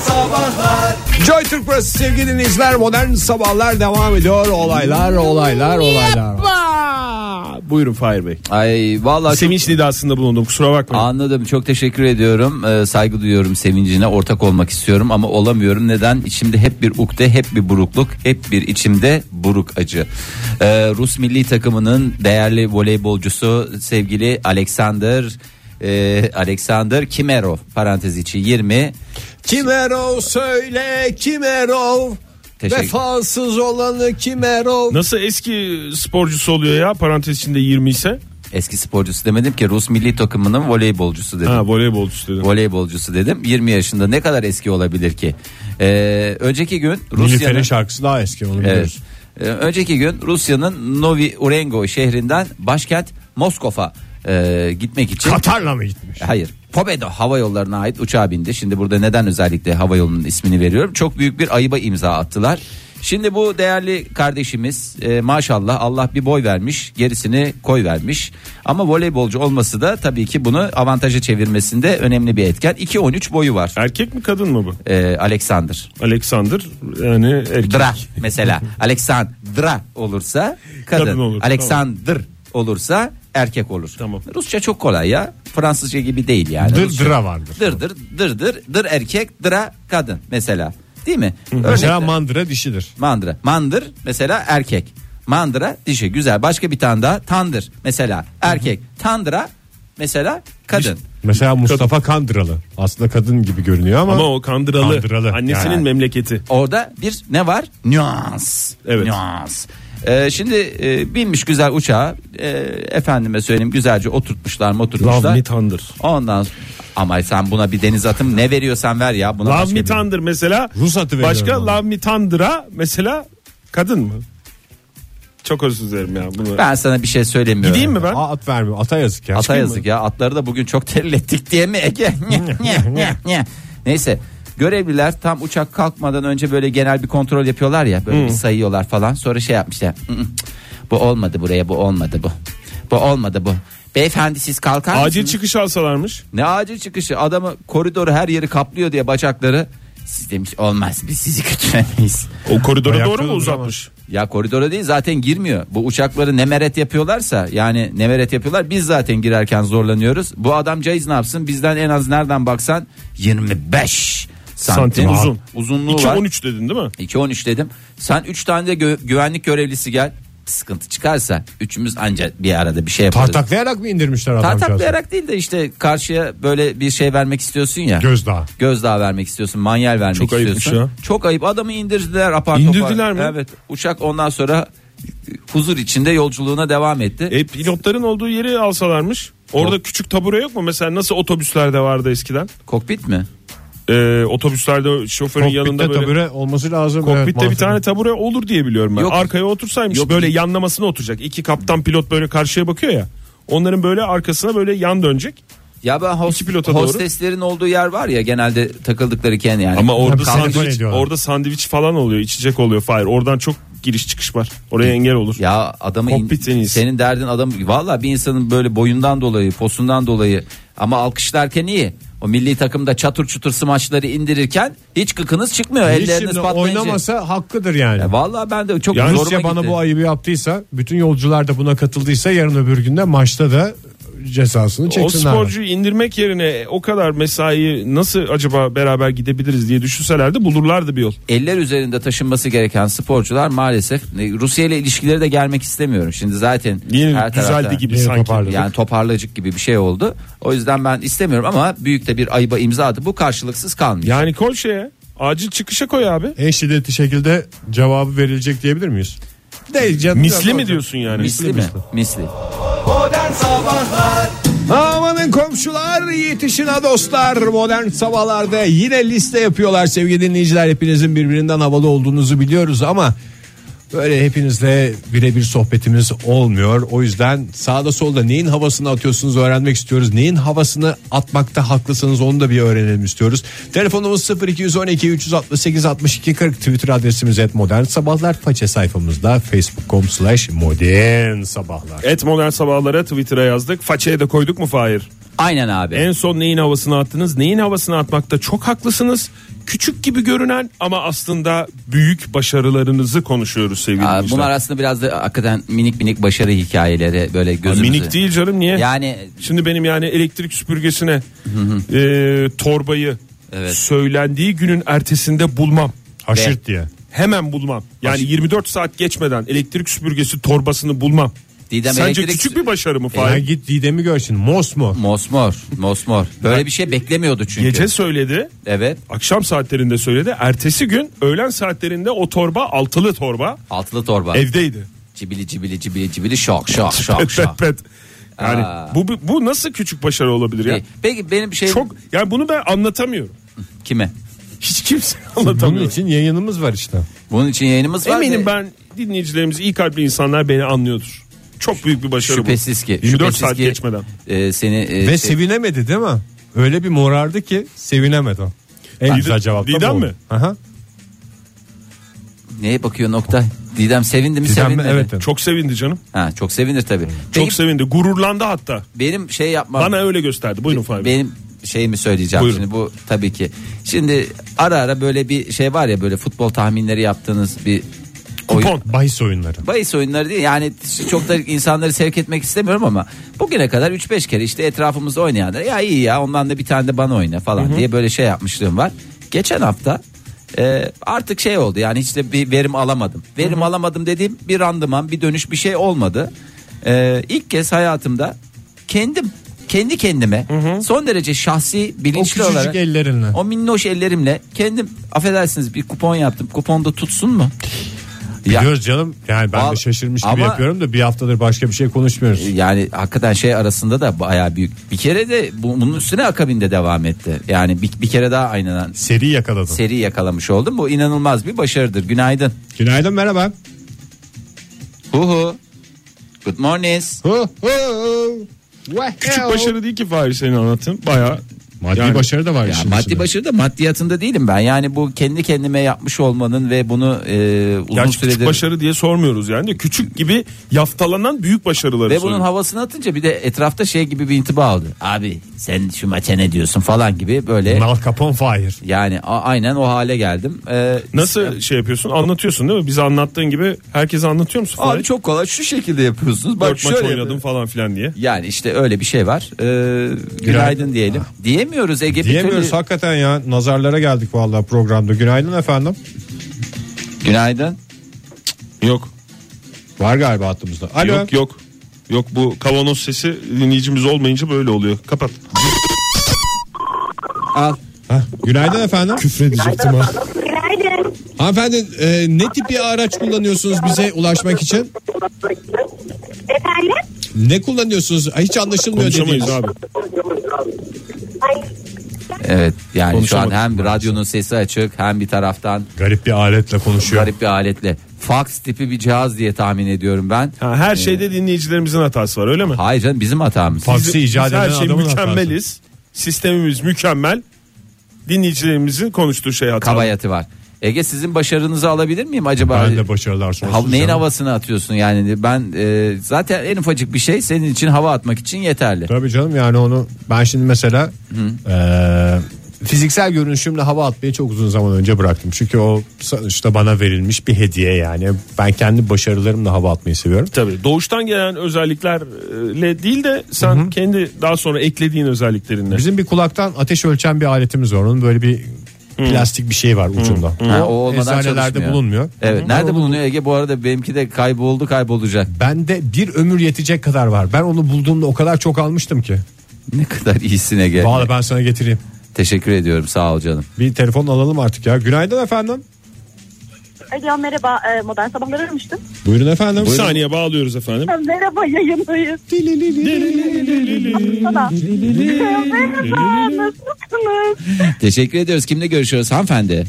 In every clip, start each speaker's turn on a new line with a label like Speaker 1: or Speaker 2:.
Speaker 1: Sabahlar
Speaker 2: Joy Türk burası sevgili dinleyiciler modern sabahlar devam ediyor olaylar olaylar olaylar. Buyurun Fahir Bey.
Speaker 3: Ay vallahi çok-
Speaker 2: Sevinç nidasında bulundum kusura bakmayın.
Speaker 3: anladım. Çok teşekkür ediyorum. Ee, saygı duyuyorum sevincine. Ortak olmak istiyorum ama olamıyorum. Neden? İçimde hep bir ukde, hep bir burukluk, hep bir içimde buruk acı. Ee, Rus milli takımının değerli voleybolcusu sevgili Alexander e, Alexander Kimerov parantez içi 20
Speaker 2: Kimerov Ah. söyle Kimerov.
Speaker 3: Teşekkür-
Speaker 2: Vefasız olanı Kimerov.
Speaker 4: Nasıl eski sporcusu oluyor ya parantez içinde 20 ise?
Speaker 3: eski sporcusu demedim ki Rus milli takımının voleybolcusu dedim.
Speaker 4: Ha voleybolcusu dedim.
Speaker 3: Voleybolcusu dedim. 20 yaşında ne kadar eski olabilir ki? Ee, önceki gün Rusya'nın
Speaker 2: Nilüfer'in şarkısı daha eski onu
Speaker 3: Evet.
Speaker 2: biliyoruz.
Speaker 3: Ee, önceki gün Rusya'nın Novi Urengo şehrinden başkent Moskova e, gitmek için
Speaker 2: Katar'la mı gitmiş?
Speaker 3: Hayır. Pobedo hava yollarına ait uçağa bindi. Şimdi burada neden özellikle hava yolunun ismini veriyorum? Çok büyük bir ayıba imza attılar. Şimdi bu değerli kardeşimiz e, maşallah Allah bir boy vermiş gerisini koy vermiş. Ama voleybolcu olması da tabii ki bunu avantaja çevirmesinde önemli bir etken. 2-13 boyu var
Speaker 4: Erkek mi kadın mı bu?
Speaker 3: e, Alexander.
Speaker 4: Alexander yani erkek.
Speaker 3: Dra mesela Alexandra olursa kadın,
Speaker 4: Kadın olur,
Speaker 3: Alexander olursa erkek olur.
Speaker 4: Tamam.
Speaker 3: Rusça çok kolay ya. Fransızca gibi değil yani.
Speaker 2: Dır
Speaker 4: şey.
Speaker 3: Rusça-
Speaker 2: dıra vardır.
Speaker 3: Dır dır dır dır dır erkek dıra kadın mesela. Değil mi?
Speaker 2: Mesela
Speaker 4: şey.
Speaker 3: Örnekler.
Speaker 2: mandıra dişidir.
Speaker 3: mandıra. Mandır mesela erkek. Mandıra dişi güzel. Başka bir tane daha tandır mesela erkek. Tandıra mesela kadın.
Speaker 2: Mesela Mustafa Kandıralı. Aslında kadın gibi görünüyor ama.
Speaker 4: Ama o kandıralı.
Speaker 2: Kandıralı.
Speaker 4: Annesinin
Speaker 2: Yani.
Speaker 4: memleketi.
Speaker 3: Orada bir ne var? Nüans.
Speaker 4: Evet.
Speaker 3: Nüans. Ee, şimdi e, binmiş güzel uçağa e, efendime söyleyeyim güzelce oturtmuşlar mı
Speaker 4: Love
Speaker 3: oturtmuşlar.
Speaker 4: me thunder.
Speaker 3: Ondan ama sen buna bir deniz atım ne veriyorsan ver ya. Buna
Speaker 4: Love
Speaker 3: başka
Speaker 4: me
Speaker 3: bir-
Speaker 4: thunder mesela.
Speaker 2: Rus atı veriyorum
Speaker 4: Başka
Speaker 2: ona.
Speaker 4: love me thunder'a mesela kadın mı? Çok özür dilerim ya. Bunu.
Speaker 3: Ben sana bir şey söylemiyorum.
Speaker 4: Gideyim mi ben?
Speaker 2: Aa, at vermiyor. Ata yazık ya.
Speaker 3: Ata yazık ya atları da bugün çok terlettik diye mi Ege? Neyse görevliler tam uçak kalkmadan önce böyle genel bir kontrol yapıyorlar ya böyle bir sayıyorlar falan sonra şey yapmışlar. "Mm, mm, Bu olmadı buraya bu olmadı bu. Bu olmadı bu. Beyefendi siz kalkar
Speaker 4: Acil
Speaker 3: mısınız?
Speaker 4: çıkış alsalarmış.
Speaker 3: Ne acil çıkışı adamı koridoru her yeri kaplıyor diye bacakları. Siz demiş olmaz biz sizi götüremeyiz.
Speaker 4: O koridora
Speaker 2: Ayakta
Speaker 4: doğru mu
Speaker 2: duramaz.
Speaker 4: uzatmış?
Speaker 3: Ya koridora değil zaten girmiyor. Bu uçakları nemeret yapıyorlarsa yani nemeret yapıyorlar biz zaten girerken zorlanıyoruz. Bu adam caiz ne yapsın bizden en az nereden baksan 25 santim,
Speaker 4: Santim uzun.
Speaker 3: uzunluğu var.
Speaker 4: 2-13 dedin değil mi?
Speaker 3: 2-13 dedim. Sen 3 tane de gö- güvenlik görevlisi gel. Sıkıntı çıkarsa üçümüz ancak bir arada bir şey yaparız.
Speaker 2: Tartaklayarak mı indirmişler adamcağızı?
Speaker 3: Tartaklayarak değil de işte karşıya böyle bir şey vermek istiyorsun ya.
Speaker 2: Gözdağı.
Speaker 3: Gözdağı vermek istiyorsun, manyel vermek
Speaker 4: Çok
Speaker 3: istiyorsun.
Speaker 4: ayıpmış
Speaker 3: Çok ayıp. Adamı indirdiler apar
Speaker 4: İndirdiler
Speaker 3: topar.
Speaker 4: mi?
Speaker 3: Evet. Uçak ondan sonra e, huzur içinde yolculuğuna devam etti.
Speaker 4: E pilotların olduğu yeri alsalarmış. Orada küçük tabure yok mu? Mesela nasıl otobüslerde vardı eskiden?
Speaker 3: Kokpit mi?
Speaker 4: E, otobüslerde şoförün yanında
Speaker 2: Kokpitte
Speaker 4: böyle
Speaker 2: tabure olması lazım. Evet,
Speaker 4: kokpitte bir
Speaker 2: mantıklı.
Speaker 4: tane tabure olur diye biliyorum ben.
Speaker 3: Yok.
Speaker 4: Arkaya otursaymış
Speaker 3: Yok.
Speaker 4: böyle yanlamasına oturacak. İki kaptan pilot böyle karşıya bakıyor ya. Onların böyle arkasına böyle yan dönecek.
Speaker 3: Ya ben host-
Speaker 4: İki pilota doğru.
Speaker 3: hosteslerin olduğu yer var ya genelde takıldıkları ken yani.
Speaker 4: Ama orada
Speaker 2: Tabii kavga
Speaker 4: sandviç,
Speaker 2: ediyorlar.
Speaker 4: orada sandviç falan oluyor, içecek oluyor. Fire. Oradan çok giriş çıkış var. Oraya engel olur.
Speaker 3: Ya adamı in-
Speaker 4: Kokpit en iyisi.
Speaker 3: senin derdin adam valla bir insanın böyle boyundan dolayı posundan dolayı ama alkışlarken iyi. O milli takımda çatır çutur smaçları indirirken hiç kıkınız çıkmıyor.
Speaker 2: Hiç
Speaker 3: Elleriniz
Speaker 2: şimdi
Speaker 3: patlayınca.
Speaker 2: oynamasa hakkıdır yani.
Speaker 3: Ya Vallahi ben de çok
Speaker 2: Yani
Speaker 3: zoruma
Speaker 2: Rusya bana
Speaker 3: gitti.
Speaker 2: bu ayıbı yaptıysa, bütün yolcular da buna katıldıysa yarın öbür günde maçta da cezasını
Speaker 4: O
Speaker 2: çeksinler.
Speaker 4: sporcuyu indirmek yerine o kadar mesai nasıl acaba beraber gidebiliriz diye düşünselerdi bulurlardı bir yol.
Speaker 3: eller üzerinde taşınması gereken sporcular maalesef e, Rusya ile ilişkileri de gelmek istemiyorum. Şimdi zaten
Speaker 4: Yeni
Speaker 3: her
Speaker 4: düzeldi
Speaker 3: tarafta-
Speaker 4: gibi
Speaker 2: Yeni
Speaker 4: sanki.
Speaker 2: toparladık.
Speaker 3: Yani toparlayıcık gibi bir şey oldu. O yüzden ben istemiyorum ama büyük de bir ayıba imza attı. Bu karşılıksız kalmıyor.
Speaker 4: Yani koy şeye acil çıkışa koy abi.
Speaker 2: En şiddetli şekilde cevabı verilecek diyebilir miyiz? Değil canım.
Speaker 4: Misli mi diyorsun yani?
Speaker 3: misli mi? Misli.
Speaker 1: Modern Sabahlar
Speaker 2: Amanın komşular yetişin ha dostlar modern sabahlarda yine liste yapıyorlar sevgili dinleyiciler hepinizin birbirinden havalı olduğunuzu biliyoruz ama böyle hepinizle birebir sohbetimiz olmuyor o yüzden sağda solda neyin havasını atıyorsunuz öğrenmek istiyoruz neyin havasını atmakta haklısınız onu da bir öğrenelim istiyoruz telefonumuz 0212 368 62 40 twitter adresimiz et modern sabahlar faça sayfamızda facebook.com slash modern sabahlar
Speaker 4: Et modern sabahlara Twitter'a yazdık. Façeye de koyduk mu Fahir?
Speaker 3: Aynen abi.
Speaker 4: En son neyin havasını attınız? Neyin havasını atmakta çok haklısınız. Küçük gibi görünen ama aslında büyük başarılarınızı konuşuyoruz sevgili
Speaker 3: Aa,
Speaker 4: dinleyiciler.
Speaker 3: bunlar aslında biraz da hakikaten minik minik başarı hikayeleri böyle gözümüzü.
Speaker 4: Minik değil canım niye?
Speaker 3: Yani
Speaker 4: Şimdi benim yani elektrik süpürgesine e, torbayı
Speaker 3: Evet.
Speaker 4: söylendiği günün ertesinde bulmam.
Speaker 2: Haşırt diye.
Speaker 4: Hemen bulmam. Yani 24 saat geçmeden elektrik süpürgesi torbasını bulmam.
Speaker 3: Didem
Speaker 4: Sence
Speaker 3: elektrik
Speaker 4: küçük
Speaker 3: sü- E,
Speaker 4: bir başarı mı Fahir?
Speaker 2: E Ya git Didem'i görsün. Mosmor.
Speaker 3: mosmor mosmor. Böyle bir şey beklemiyordu çünkü.
Speaker 4: Gece söyledi.
Speaker 3: Evet.
Speaker 4: Akşam saatlerinde söyledi. Ertesi gün öğlen saatlerinde o torba altılı torba
Speaker 3: Altılı torba.
Speaker 4: evdeydi.
Speaker 3: Cibili cibili cibili cibili şok şok şok
Speaker 4: Pet
Speaker 3: şok.
Speaker 4: pet pet. Yani
Speaker 3: Aa.
Speaker 4: bu, bu bu nasıl küçük başarı olabilir ya?
Speaker 3: Peki, Peki benim şey
Speaker 4: Çok yani bunu ben anlatamıyorum.
Speaker 3: kime?
Speaker 4: Hiç kimse
Speaker 2: Bunun
Speaker 4: anlatamıyor.
Speaker 2: için yayınımız var işte.
Speaker 3: Bunun için yayınımız var.
Speaker 4: Eminim
Speaker 3: ve
Speaker 4: ben dinleyicilerimiz iyi kalpli insanlar beni anlıyordur. Çok büyük bir başarı
Speaker 3: şüphesiz ki
Speaker 4: bu. 24
Speaker 3: şüphesiz
Speaker 4: saat
Speaker 3: ki,
Speaker 4: geçmeden.
Speaker 3: e, seni e,
Speaker 2: Ve
Speaker 3: şey-
Speaker 2: sevinemedi değil mi? Öyle bir morardı ki sevinemedi o. En
Speaker 4: Didem-
Speaker 2: güzel cevap. da bu
Speaker 4: Didem
Speaker 2: oldu.
Speaker 4: mi?
Speaker 2: Aha.
Speaker 3: neye bakıyor nokta? Didem sevindi mi
Speaker 2: Didem mi?
Speaker 3: sevindi mi?
Speaker 2: Evet.
Speaker 4: Çok sevindi canım.
Speaker 3: Ha çok sevinir tabii.
Speaker 4: Çok
Speaker 3: Peki,
Speaker 4: sevindi. Gururlandı hatta.
Speaker 3: benim şey yapmam.
Speaker 4: Bana öyle gösterdi. Buyurun Fahri. Bey.
Speaker 3: Benim şeyimi söyleyeceğim
Speaker 4: Buyurun.
Speaker 3: şimdi bu tabii ki. Şimdi ara ara böyle bir şey var ya böyle futbol tahminleri yaptığınız bir oyun.
Speaker 4: Kupon.
Speaker 2: Bahis oyunları.
Speaker 3: Bahis oyunları değil yani çok da insanları sevk etmek istemiyorum ama bugüne kadar 3-5 kere işte etrafımızda oynayanlar ya iyi ya ondan da bir tane de bana oyna falan diye böyle şey yapmışlığım var. Geçen hafta e, artık şey oldu yani hiç de bir verim alamadım. Verim alamadım dediğim bir randıman bir dönüş bir şey olmadı. E, ilk kez hayatımda kendim kendi kendime son derece şahsi
Speaker 2: O
Speaker 3: bilinçli
Speaker 2: küçücük
Speaker 3: olarak
Speaker 2: ellerinle.
Speaker 3: o minnoş ellerimle kendim affedersiniz bir kupon yaptım. Kupon da tutsun mu? Ya-
Speaker 2: Biliyoruz canım. Yani ben
Speaker 3: Al-
Speaker 2: de şaşırmış gibi
Speaker 3: ama- E-
Speaker 2: yapıyorum da bir haftadır başka bir şey konuşmuyoruz.
Speaker 3: yani hakikaten şey arasında da bayağı büyük. Bir kere de bu- bunun üstüne akabinde devam etti. Yani bir, bir kere daha aynen
Speaker 2: Seri yakaladım.
Speaker 3: seri yakalamış oldum. Bu inanılmaz bir başarıdır. Günaydın.
Speaker 2: Günaydın merhaba.
Speaker 3: Hu hu. Good morning.
Speaker 2: Hu hu.
Speaker 4: Küçük başarı değil ki Fahri senin anlattığın. Baya
Speaker 2: Maddi
Speaker 4: Yani-
Speaker 2: başarı da var
Speaker 3: Ya
Speaker 2: işin içinde.
Speaker 3: maddi başarı da maddiyatında değilim ben. Yani bu kendi kendime yapmış olmanın ve bunu e, uzun
Speaker 4: yani küçük
Speaker 3: süredir
Speaker 4: başarı diye sormuyoruz yani. de Küçük gibi yaftalanan büyük
Speaker 3: ve
Speaker 4: başarıları
Speaker 3: bunun
Speaker 4: soruyoruz.
Speaker 3: havasını atınca bir de etrafta şey gibi bir intiba aldı. Abi sen şu maça ne diyorsun falan gibi böyle.
Speaker 2: E- Mal Capone Fire.
Speaker 3: Yani a- aynen o hale geldim. Ee,
Speaker 4: Nasıl şey yapıyorsun? Anlatıyorsun değil mi? Bize anlattığın gibi herkese anlatıyor musun?
Speaker 3: Abi çok kolay şu şekilde yapıyorsunuz. Bak
Speaker 4: Dört maç
Speaker 3: şöyle
Speaker 4: oynadım falan filan diye.
Speaker 3: Yani işte öyle bir şey var. Ee, günaydın,
Speaker 2: Günaydın.
Speaker 3: diyelim. Diyemiyoruz Ege. bir
Speaker 2: Diyemiyoruz
Speaker 3: türlü-
Speaker 2: hakikaten ya. Nazarlara geldik vallahi programda. Günaydın efendim.
Speaker 3: Günaydın.
Speaker 4: Yok.
Speaker 2: Var galiba hattımızda. Alo.
Speaker 4: Yok yok. Yok bu kavanoz sesi dinleyicimiz olmayınca böyle oluyor. Kapat.
Speaker 3: Al.
Speaker 2: Heh, günaydın efendim.
Speaker 5: Günaydın efendim. Günaydın.
Speaker 2: Hanımefendi e, ne tip bir araç kullanıyorsunuz bize ulaşmak için?
Speaker 5: Efendim?
Speaker 2: Ne kullanıyorsunuz? Ay, Hiç anlaşılmıyor
Speaker 4: Konuşamayız
Speaker 2: dediğiniz.
Speaker 4: abi.
Speaker 5: Ay,
Speaker 3: Evet yani şu an
Speaker 4: Konuşamadık
Speaker 3: hem radyonun sesi açık hem bir taraftan
Speaker 2: Garip bir aletle konuşuyor.
Speaker 3: garip bir aletle. Fax tipi bir cihaz diye tahmin ediyorum ben.
Speaker 4: Ha, her şeyde dinleyicilerimizin hatası var öyle mi?
Speaker 3: Hayır canım bizim hatamız.
Speaker 2: Fax. Bizi
Speaker 4: Biz
Speaker 2: icat
Speaker 4: her
Speaker 2: eden
Speaker 4: şey
Speaker 2: adamın
Speaker 4: mükemmeliz. Sistemimiz mükemmel. Dinleyicilerimizin konuştuğu şey hatalı.
Speaker 3: Kabayatı var. Ege sizin başarınızı alabilir miyim acaba?
Speaker 2: Ben de başarılar sonsuz.
Speaker 3: Ha- neyin
Speaker 2: canım.
Speaker 3: havasını atıyorsun yani ben e, zaten en ufacık bir şey senin için hava atmak için yeterli.
Speaker 2: Tabii canım yani onu ben şimdi mesela e, fiziksel görünüşümle hava atmayı çok uzun zaman önce bıraktım. Çünkü o sonuçta bana verilmiş bir hediye yani. Ben kendi başarılarımla hava atmayı seviyorum.
Speaker 4: Tabii doğuştan gelen özelliklerle değil de sen kendi daha sonra eklediğin özelliklerinle.
Speaker 2: Bizim bir kulaktan ateş ölçen bir aletimiz var. Onun böyle bir plastik bir şey var ucunda.
Speaker 3: Hmm. Ha,
Speaker 2: O,
Speaker 3: o olmadan
Speaker 2: eczanelerde
Speaker 3: çalışmıyor.
Speaker 2: bulunmuyor.
Speaker 3: Evet. Nerede bulunuyor Ege? Bu arada benimki de kayboldu kaybolacak.
Speaker 2: Bende bir ömür yetecek kadar var. Ben onu bulduğumda o kadar çok almıştım ki.
Speaker 3: Ne kadar iyisin Ege.
Speaker 2: Vallahi ben sana getireyim.
Speaker 3: Teşekkür ediyorum sağ ol canım.
Speaker 2: Bir telefon alalım artık ya. Günaydın efendim.
Speaker 5: Alo merhaba Ee, modern sabahlar aramıştım.
Speaker 2: Buyurun efendim.
Speaker 4: Bir saniye bağlıyoruz efendim.
Speaker 5: Merhaba yayındayız. Sana. merhaba nasılsınız?
Speaker 3: Teşekkür ediyoruz. Kimle görüşüyoruz hanımefendi?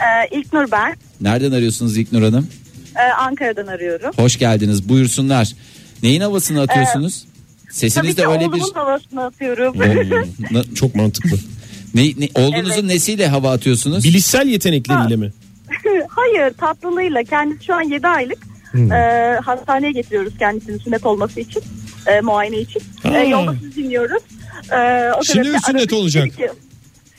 Speaker 5: Ee, İlknur ben.
Speaker 3: Nereden arıyorsunuz İlknur Hanım?
Speaker 5: Ee, Ankara'dan arıyorum.
Speaker 3: Hoş geldiniz buyursunlar. Neyin
Speaker 6: Ee,
Speaker 3: havasını atıyorsunuz?
Speaker 5: Tabii
Speaker 3: Sesiniz
Speaker 5: ki
Speaker 3: de öyle bir...
Speaker 5: oğlumun havasını atıyorum.
Speaker 3: Na-
Speaker 4: Çok mantıklı.
Speaker 3: ne, ne- oğlunuzun
Speaker 5: Evet.
Speaker 3: nesiyle hava atıyorsunuz?
Speaker 4: Bilişsel yetenekleriyle mi?
Speaker 5: Hayır tatlılığıyla kendisi şu an 7 aylık. Ee, hastaneye getiriyoruz kendisini sünnet olması için. e, muayene için.
Speaker 4: Ha.
Speaker 5: Ee, yolda sizi dinliyoruz.
Speaker 6: Ee, o
Speaker 2: Şimdi
Speaker 6: sebeple
Speaker 2: mi sünnet
Speaker 6: aradık,
Speaker 2: olacak?
Speaker 6: dedik ki-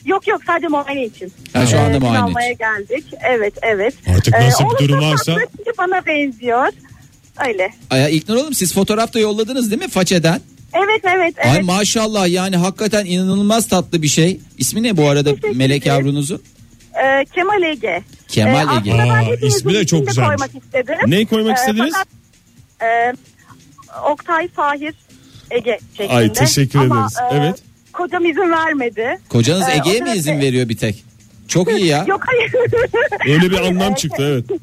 Speaker 6: Yok yok sadece muayene için.
Speaker 3: Ha, şu anda
Speaker 6: Ee,
Speaker 3: muayene
Speaker 6: almaya
Speaker 3: için.
Speaker 6: geldik. Evet evet.
Speaker 2: Artık nasıl bir
Speaker 6: oğlum
Speaker 2: durum
Speaker 6: çok
Speaker 2: varsa-
Speaker 6: tatlı, çünkü bana benziyor. Öyle.
Speaker 3: Ay, İlknur Hanım siz fotoğraf da yolladınız değil mi façeden?
Speaker 6: Evet evet evet.
Speaker 3: Ay maşallah yani hakikaten inanılmaz tatlı bir şey. İsmi ne bu arada
Speaker 6: Teşekkür
Speaker 3: melek
Speaker 6: ederim.
Speaker 3: yavrunuzun?
Speaker 6: Ee, Kemal Ege. E,
Speaker 3: Kemal Ege.
Speaker 6: aslında ben
Speaker 4: Aa,
Speaker 6: hepinizin
Speaker 4: ismi de çok
Speaker 6: ismini
Speaker 4: güzelmiş.
Speaker 6: Koymak istedim.
Speaker 4: Neyi koymak istediniz?
Speaker 6: Ee, fakat, e, Oktay Fahir Ege şeklinde.
Speaker 4: Ay, teşekkür
Speaker 6: Ama, e,
Speaker 4: ederiz. Evet.
Speaker 6: Kocam izin vermedi.
Speaker 3: Kocanız
Speaker 6: Ee,
Speaker 3: Ege'ye
Speaker 6: o
Speaker 3: mi
Speaker 6: sebeple-
Speaker 3: izin veriyor bir tek? Çok iyi ya.
Speaker 6: Yok hayır.
Speaker 4: Öyle bir anlam çıktı evet.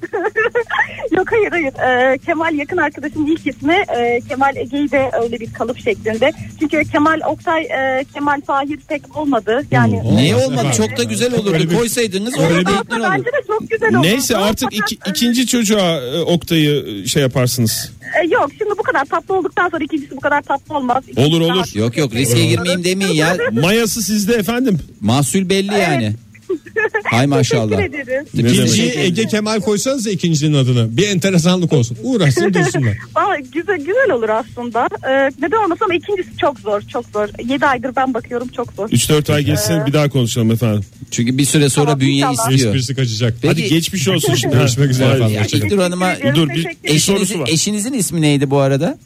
Speaker 6: Yok hayır hayır. Ee, Kemal yakın arkadaşım ilk ismi. Ee, Kemal Ege'yi de öyle bir kalıp şeklinde. Çünkü Kemal Oktay e, Kemal Fahir pek olmadı. Yani
Speaker 4: Hmm.
Speaker 3: Niye
Speaker 2: Olmaz
Speaker 3: olmadı?
Speaker 2: efendim.
Speaker 3: Çok da güzel
Speaker 2: Öyle
Speaker 3: olurdu.
Speaker 2: bir-
Speaker 3: Koysaydınız
Speaker 6: Olsa
Speaker 3: orada
Speaker 6: olsa
Speaker 3: İlknur olur.
Speaker 6: Bence de çok güzel oldu.
Speaker 4: Neyse artık iki- ikinci çocuğa e, Oktay'ı e, şey yaparsınız.
Speaker 6: e, yok şimdi bu kadar tatlı olduktan sonra ikincisi bu kadar tatlı olmaz. İkincisi
Speaker 4: Olur,
Speaker 6: daha-
Speaker 4: olur.
Speaker 3: Yok yok riske girmeyeyim demeyin ya.
Speaker 4: Ee, Mayası sizde efendim.
Speaker 3: Mahsul belli yani. şey- Hay maşallah.
Speaker 6: Teşekkür ederim.
Speaker 5: Ee,
Speaker 4: Ne
Speaker 2: İkinciyi
Speaker 4: demek?
Speaker 2: Ege Kemal koysanız da ikincinin adını. Bir enteresanlık olsun. Uğraşsın dursunlar.
Speaker 6: Aa, güzel güzel olur aslında. Ee, neden olmasam ikincisi çok zor, çok zor. 7 aydır ben bakıyorum çok zor.
Speaker 4: 3-4 ay geçsin bir daha konuşalım efendim.
Speaker 3: Çünkü bir süre sonra
Speaker 6: Tamam,
Speaker 3: bünye
Speaker 6: inşallah.
Speaker 3: istiyor.
Speaker 2: Esprisi kaçacak.
Speaker 3: Peki,
Speaker 4: Hadi geçmiş olsun şimdi.
Speaker 2: Görüşmek üzere
Speaker 4: Vay.
Speaker 2: efendim.
Speaker 3: Ya
Speaker 2: Hoşçakalın.
Speaker 3: İlknur Hanım'a e,
Speaker 6: Teşekkür
Speaker 4: Dur,
Speaker 6: ederim,
Speaker 4: bir-
Speaker 6: teşekkür ederim.
Speaker 4: sorusu
Speaker 3: eşinizin,
Speaker 4: var.
Speaker 3: eşinizin ismi neydi bu arada?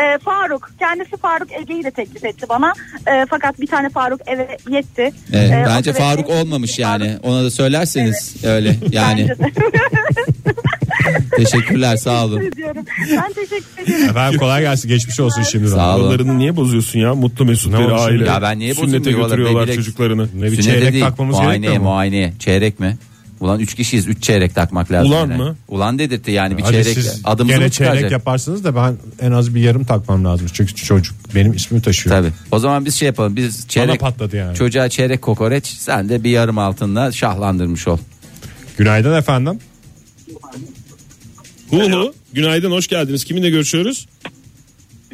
Speaker 6: Ee, Faruk kendisi Faruk Ege'yi de teklif etti bana. Ee, fakat bir tane Faruk eve yetti.
Speaker 3: Evet,
Speaker 6: Ee, o
Speaker 3: bence
Speaker 6: sebeple-
Speaker 3: Faruk olmamış yani. Ona da söylerseniz öyle yani.
Speaker 6: Bence de.
Speaker 3: Teşekkürler sağ olun.
Speaker 6: Teşekkür ediyorum. Ben teşekkür ederim.
Speaker 2: Efendim kolay gelsin. Geçmiş olsun şimdiden.
Speaker 3: Sağ olun.
Speaker 4: Aralarını niye bozuyorsun ya? Mutlu mesut
Speaker 2: Ne
Speaker 4: bir
Speaker 2: olmuş
Speaker 4: aile.
Speaker 2: şimdi?
Speaker 3: Ya ben niye
Speaker 4: Sünnete
Speaker 3: bozulmuyor? Vallahi
Speaker 4: götürüyorlar
Speaker 3: belli-
Speaker 4: çocuklarını.
Speaker 2: Ne bir
Speaker 3: Sünnete
Speaker 2: çeyrek
Speaker 3: değil,
Speaker 2: takmamız
Speaker 3: muayeneye
Speaker 2: gerekmiyor mu?
Speaker 3: muayeneye. Çeyrek mi? Ulan üç kişiyiz üç çeyrek takmak lazım.
Speaker 4: Ulan
Speaker 3: yani.
Speaker 4: mı?
Speaker 3: Ulan dedirtti yani bir
Speaker 2: Hadi
Speaker 3: çeyrek
Speaker 2: siz
Speaker 3: adımızı
Speaker 2: gene
Speaker 3: mı
Speaker 2: çeyrek
Speaker 3: çıkaracak?
Speaker 2: yaparsınız da ben en az bir yarım takmam lazım. Çünkü çocuk benim ismimi taşıyor.
Speaker 3: Tabii. O zaman biz şey yapalım. Biz çeyrek
Speaker 2: patladı yani.
Speaker 3: Çocuğa çeyrek kokoreç sen de bir yarım altınla şahlandırmış ol.
Speaker 2: Günaydın efendim.
Speaker 4: Hu hu. Günaydın hoş geldiniz. Kiminle görüşüyoruz?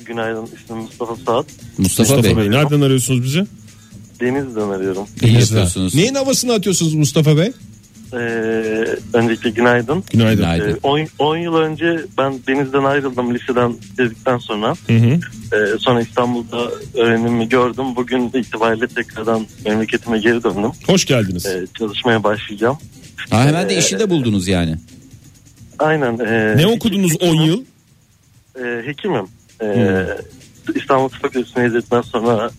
Speaker 7: Günaydın ismim Mustafa Saat.
Speaker 3: Mustafa,
Speaker 4: Mustafa
Speaker 3: Bey.
Speaker 4: Bey. Nereden arıyorsunuz bizi?
Speaker 7: Denizli'den arıyorum.
Speaker 3: iyi yapıyorsunuz.
Speaker 2: Neyin havasını atıyorsunuz Mustafa Bey?
Speaker 7: Ee, öncelikle günaydın.
Speaker 4: Günaydın.
Speaker 3: Günaydın.
Speaker 7: 10 yıl önce ben Denizli'den ayrıldım liseden dedikten sonra.
Speaker 4: hı.
Speaker 7: Ee, sonra İstanbul'da öğrenimi gördüm. Bugün itibariyle tekrardan memleketime geri döndüm.
Speaker 4: Hoş geldiniz.
Speaker 7: Ee, çalışmaya başlayacağım.
Speaker 3: Ha, hemen de işi de buldunuz yani.
Speaker 7: Aynen. ee,
Speaker 4: Ne okudunuz 10 yıl?
Speaker 7: Ee, hekimim. Ee, İstanbul Tıp Fakültesi'ne izledikten sonra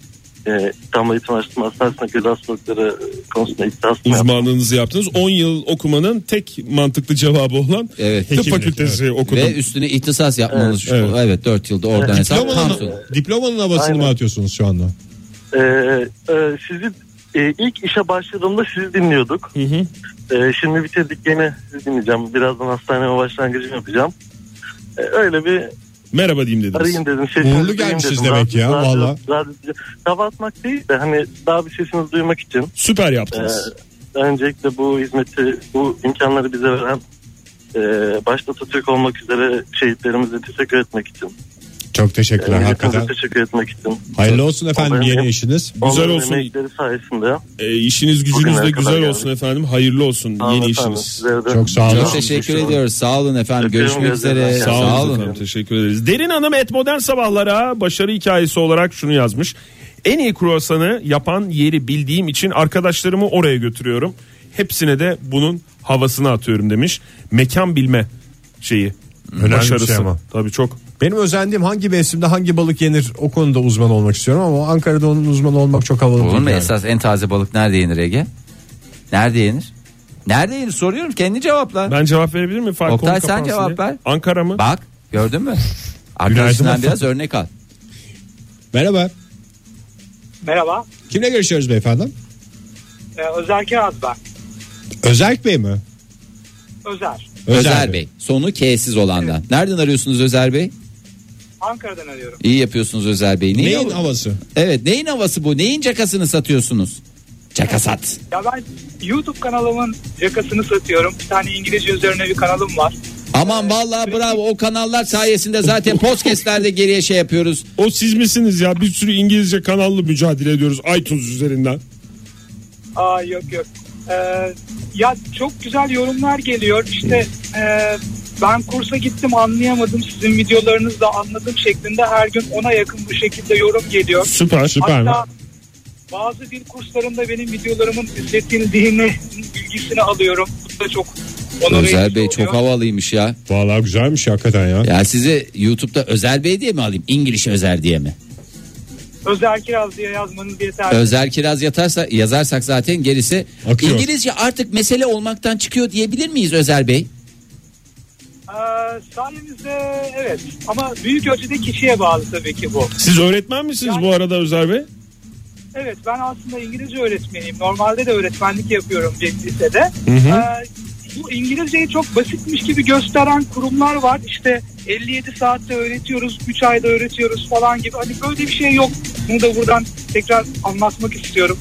Speaker 7: e, İstanbul Eğitim Araştırma Hastanesi'nde göz hastalıkları konusunda iddiasını yaptım.
Speaker 4: Uzmanlığınızı yaptınız. 10 yıl okumanın tek mantıklı cevabı olan
Speaker 3: Evet.
Speaker 4: tıp
Speaker 2: Hekimlik,
Speaker 4: fakültesi okudum.
Speaker 3: Ve üstüne ihtisas yapmanız.
Speaker 4: Evet,
Speaker 3: Evet, 4 yılda oradan hesap. Samsun.
Speaker 2: Diplomanın, diplomanın havasını
Speaker 7: Aynen.
Speaker 2: mı atıyorsunuz şu anda?
Speaker 7: Ee, e, sizi e, ilk işe başladığımda sizi dinliyorduk.
Speaker 4: Hı hı.
Speaker 7: Ee, şimdi bitirdik yine sizi dinleyeceğim. Birazdan hastaneme başlangıcımı yapacağım. Ee, öyle bir
Speaker 4: Merhaba diyeyim dediniz.
Speaker 7: arayayım dedim.
Speaker 2: Uğurlu
Speaker 7: Sesinizi duyayım
Speaker 2: gelmişiz
Speaker 7: dedim.
Speaker 2: demek ya,
Speaker 7: Radyo-
Speaker 2: valla.
Speaker 7: radyo- Hava atmak değil de hani daha bir sesinizi duymak için.
Speaker 4: Süper
Speaker 7: Ee,
Speaker 4: yaptınız.
Speaker 7: öncelikle bu hizmeti, bu imkanları bize veren e, başta Türk olmak üzere şehitlerimize teşekkür etmek için.
Speaker 2: Çok
Speaker 7: Ee,
Speaker 2: teşekkürler hakikaten.
Speaker 7: milletimize teşekkür etmek için.
Speaker 2: Hayırlı olsun efendim
Speaker 7: Onların-
Speaker 2: yeni işiniz.
Speaker 4: Güzel
Speaker 7: Onların
Speaker 4: olsun.
Speaker 7: emekleri sayesinde.
Speaker 4: Ee, işiniz gücünüz
Speaker 7: Bugünlere
Speaker 4: de
Speaker 7: kadar
Speaker 4: güzel
Speaker 7: geldik.
Speaker 4: olsun efendim. Hayırlı olsun
Speaker 7: Sağ olun
Speaker 4: yeni
Speaker 7: efendim.
Speaker 4: işiniz.
Speaker 7: Sizlere de-
Speaker 2: Çok sağ olun.
Speaker 3: Çok teşekkür ediyoruz. Sağ olun efendim.
Speaker 7: Öpüyorum,
Speaker 3: Görüşmek üzere.
Speaker 7: gözleriniz açık.
Speaker 4: Sağ olun,
Speaker 3: Sağ
Speaker 4: efendim,
Speaker 3: olun.
Speaker 4: Teşekkür ederiz. Derin Hanım et modern sabahlara başarı hikayesi olarak şunu yazmış. En iyi kruvasanı yapan yeri bildiğim için arkadaşlarımı oraya götürüyorum. Hepsine de bunun havasını atıyorum demiş. Mekan bilme şeyi.
Speaker 2: bir şey
Speaker 4: başarısı.
Speaker 2: ama.
Speaker 4: Tabii çok.
Speaker 2: Benim özendiğim hangi mevsimde hangi balık yenir o konuda uzman olmak istiyorum ama Ankara'da onun uzmanı olmak çok havalı
Speaker 3: Olur
Speaker 2: değil.
Speaker 3: mu
Speaker 2: yani.
Speaker 3: esas en taze balık nerede yenir Ege? Nerede yenir? Nerede yenir soruyorum kendi cevapla.
Speaker 4: Ben cevap verebilir miyim? Fark
Speaker 3: Oktay,
Speaker 4: konu
Speaker 3: sen
Speaker 4: kapansın
Speaker 3: cevap
Speaker 4: diye.
Speaker 3: ver.
Speaker 4: Ankara mı?
Speaker 3: Bak gördün mü? Arkadaşından
Speaker 2: efendim.
Speaker 3: biraz örnek al.
Speaker 2: Merhaba.
Speaker 8: Merhaba.
Speaker 2: Kimle görüşüyoruz beyefendi?
Speaker 8: Ee, Özer Kiraz ben.
Speaker 2: Özerk Bey mi?
Speaker 8: Özer.
Speaker 3: Özer, Bey. Sonu K'siz olandan. Nereden arıyorsunuz Özer Bey?
Speaker 8: Ankara'dan arıyorum.
Speaker 3: İyi yapıyorsunuz Özer Bey. Neyin,
Speaker 2: Neyin
Speaker 3: hava-
Speaker 2: havası?
Speaker 3: Evet neyin havası bu? Neyin cakasını satıyorsunuz? Caka sat.
Speaker 8: Ya ben YouTube kanalımın yakasını satıyorum. Bir tane İngilizce üzerine bir kanalım var.
Speaker 3: Aman vallahi bravo o kanallar sayesinde zaten podcastlerde geriye şey yapıyoruz.
Speaker 4: O siz misiniz ya? Bir sürü İngilizce kanallı mücadele ediyoruz iTunes üzerinden.
Speaker 8: Aa yok yok. Ee, ya çok güzel yorumlar geliyor. İşte e, ben kursa gittim anlayamadım. Sizin videolarınızla anladım şeklinde her gün ona yakın bu şekilde yorum geliyor.
Speaker 4: Süper. Süper.
Speaker 8: Hatta Bazı dil kurslarında benim videolarımın izlettiğini zihinle bilgisini alıyorum. Bu da çok onur
Speaker 3: Özel
Speaker 8: edici
Speaker 3: Bey
Speaker 8: oluyor.
Speaker 3: çok havalıymış ya.
Speaker 2: Vallahi güzelmiş hakikaten ya.
Speaker 3: Ya sizi YouTube'da Özel Bey diye mi alayım? İngiliz Özel diye mi?
Speaker 8: Özel kiraz diye yazmanız yeterli.
Speaker 3: Özel Kiraz yatarsa yazarsak zaten gerisi
Speaker 2: Akıyor.
Speaker 3: İngilizce artık mesele olmaktan çıkıyor diyebilir miyiz Özel Bey?
Speaker 8: Ee, sayenizde evet ama büyük ölçüde kişiye bağlı tabii ki bu.
Speaker 4: Siz öğretmen misiniz bu arada Özer Bey?
Speaker 8: Evet ben aslında İngilizce öğretmeniyim. Normalde de öğretmenlik yapıyorum bir lisede. Ee, bu İngilizceyi çok basitmiş gibi gösteren kurumlar var. İşte 57 saatte öğretiyoruz, 3 ayda öğretiyoruz falan gibi. Hani böyle bir şey yok. Bunu da buradan tekrar anlatmak istiyorum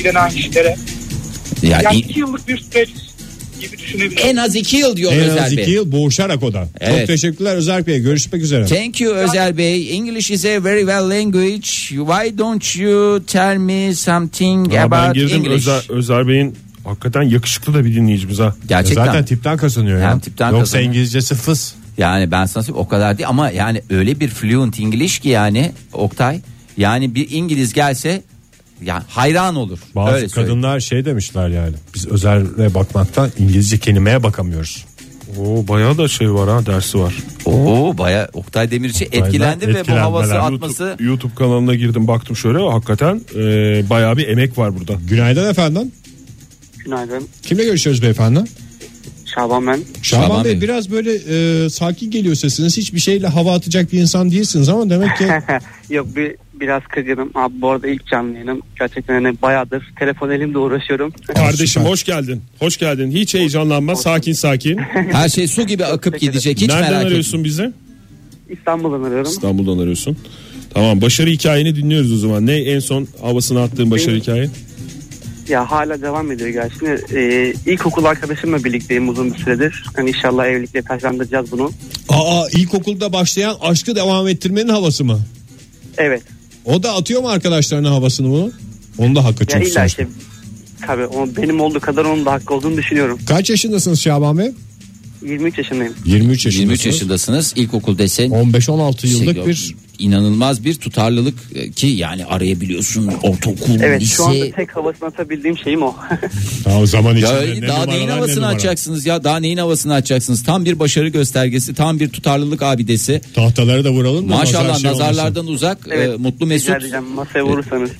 Speaker 8: bilenen kişilere.
Speaker 3: Yani,
Speaker 8: Yani 2 yıllık bir süreç gibi düşünebilirim.
Speaker 3: en az iki yıl diyor
Speaker 2: En
Speaker 3: Özel
Speaker 2: az
Speaker 3: Bey.
Speaker 2: iki yıl boğuşarak o da. Çok
Speaker 3: Evet.
Speaker 2: teşekkürler Özer Bey. Görüşmek üzere.
Speaker 3: Thank you Özel Bey. English is a very well language. Why don't you tell me something
Speaker 4: Ya ben
Speaker 3: about
Speaker 4: girdim
Speaker 3: English?
Speaker 4: Özer, Özer Bey'in hakikaten yakışıklı da bir dinleyicimiz ha.
Speaker 3: Gerçekten.
Speaker 2: Zaten tipten kazanıyor ya.
Speaker 3: Hem tipten
Speaker 2: Yoksa
Speaker 3: kazanıyor.
Speaker 2: İngilizcesi fıs.
Speaker 3: Yani ben sana söyleyeyim, o kadar değil ama yani öyle bir fluent English ki yani Oktay. Yani bir İngiliz gelse yani hayran olur.
Speaker 2: Bazı
Speaker 3: öyle söyleyeyim.
Speaker 2: kadınlar şey demişler yani. Biz özelle bakmaktan İngilizce kelimeye bakamıyoruz.
Speaker 4: Oo bayağı da şey var ha dersi var.
Speaker 3: Oo baya Oktay Demirci etkilendi ve bu
Speaker 2: etkilenmeler.
Speaker 3: havası
Speaker 2: YouTube-
Speaker 3: atması
Speaker 4: YouTube, YouTube kanalına girdim baktım şöyle hakikaten e, bayağı bir emek var burada.
Speaker 2: Günaydın efendim.
Speaker 9: Günaydın.
Speaker 2: Kimle görüşüyoruz beyefendi?
Speaker 9: Şaban ben.
Speaker 2: Şaban,
Speaker 3: Şaban
Speaker 2: Bey,
Speaker 3: Bey.
Speaker 2: biraz böyle e, sakin geliyor sesiniz. Hiçbir şeyle hava atacak bir insan değilsiniz ama demek ki
Speaker 9: Yok bir biraz kırgınım. Abi bu arada ilk canlı yayınım. Gerçekten hani bayağıdır telefon elimde uğraşıyorum.
Speaker 4: Kardeşim
Speaker 2: süper.
Speaker 4: hoş geldin. Hoş geldin. Hiç heyecanlanma. Sakin sakin.
Speaker 3: her şey su gibi akıp gidecek hiç
Speaker 4: Nereden
Speaker 3: merak
Speaker 4: arıyorsun
Speaker 3: etme.
Speaker 4: bizi?
Speaker 9: İstanbul'dan arıyorum.
Speaker 4: İstanbul'dan arıyorsun. Tamam başarı hikayeni dinliyoruz o zaman. Ne en son havasını attığın başarı
Speaker 9: Benim-
Speaker 4: hikayen?
Speaker 9: Ya hala devam ediyor gerçi. Ee, ilkokul arkadaşımla birlikteyim uzun bir süredir. Hani inşallah evlilikle taşlandıracağız bunu.
Speaker 2: aa ilkokulda başlayan aşkı devam ettirmenin havası mı?
Speaker 9: Evet.
Speaker 2: O da atıyor mu arkadaşlarına havasını bunu? Onun da hakkı
Speaker 9: Ya
Speaker 2: çok
Speaker 9: illa
Speaker 2: sonuçta.
Speaker 9: işte tabii o benim olduğu kadar onun da hakkı olduğunu düşünüyorum.
Speaker 2: Kaç yaşındasınız Şaban Bey?
Speaker 9: 23 yaşındayım.
Speaker 2: 23
Speaker 3: 23 yaşındasınız ilkokul desen
Speaker 2: 15-16 yıllık
Speaker 3: Şey,
Speaker 2: bir
Speaker 3: inanılmaz bir tutarlılık e, ki yani arayabiliyorsun ortaokul
Speaker 9: Evet
Speaker 3: lise
Speaker 9: şu anda tek havasını atabildiğim şeyim o.
Speaker 2: Daha zaman
Speaker 3: Ya
Speaker 2: içinde
Speaker 3: öyle
Speaker 2: ne
Speaker 3: daha neyin
Speaker 2: numaralar, ne
Speaker 3: havasını
Speaker 2: numara.
Speaker 3: açacaksınız ya daha neyin havasını açacaksınız tam bir başarı göstergesi tam bir tutarlılık abidesi
Speaker 2: Tahtaları da vuralım da nazar
Speaker 3: maşallah
Speaker 2: şey olmasın.
Speaker 3: nazarlardan uzak
Speaker 9: Evet,
Speaker 3: e, mutlu
Speaker 9: Rica
Speaker 3: mesut e,
Speaker 9: edeceğim masaya vurursanız.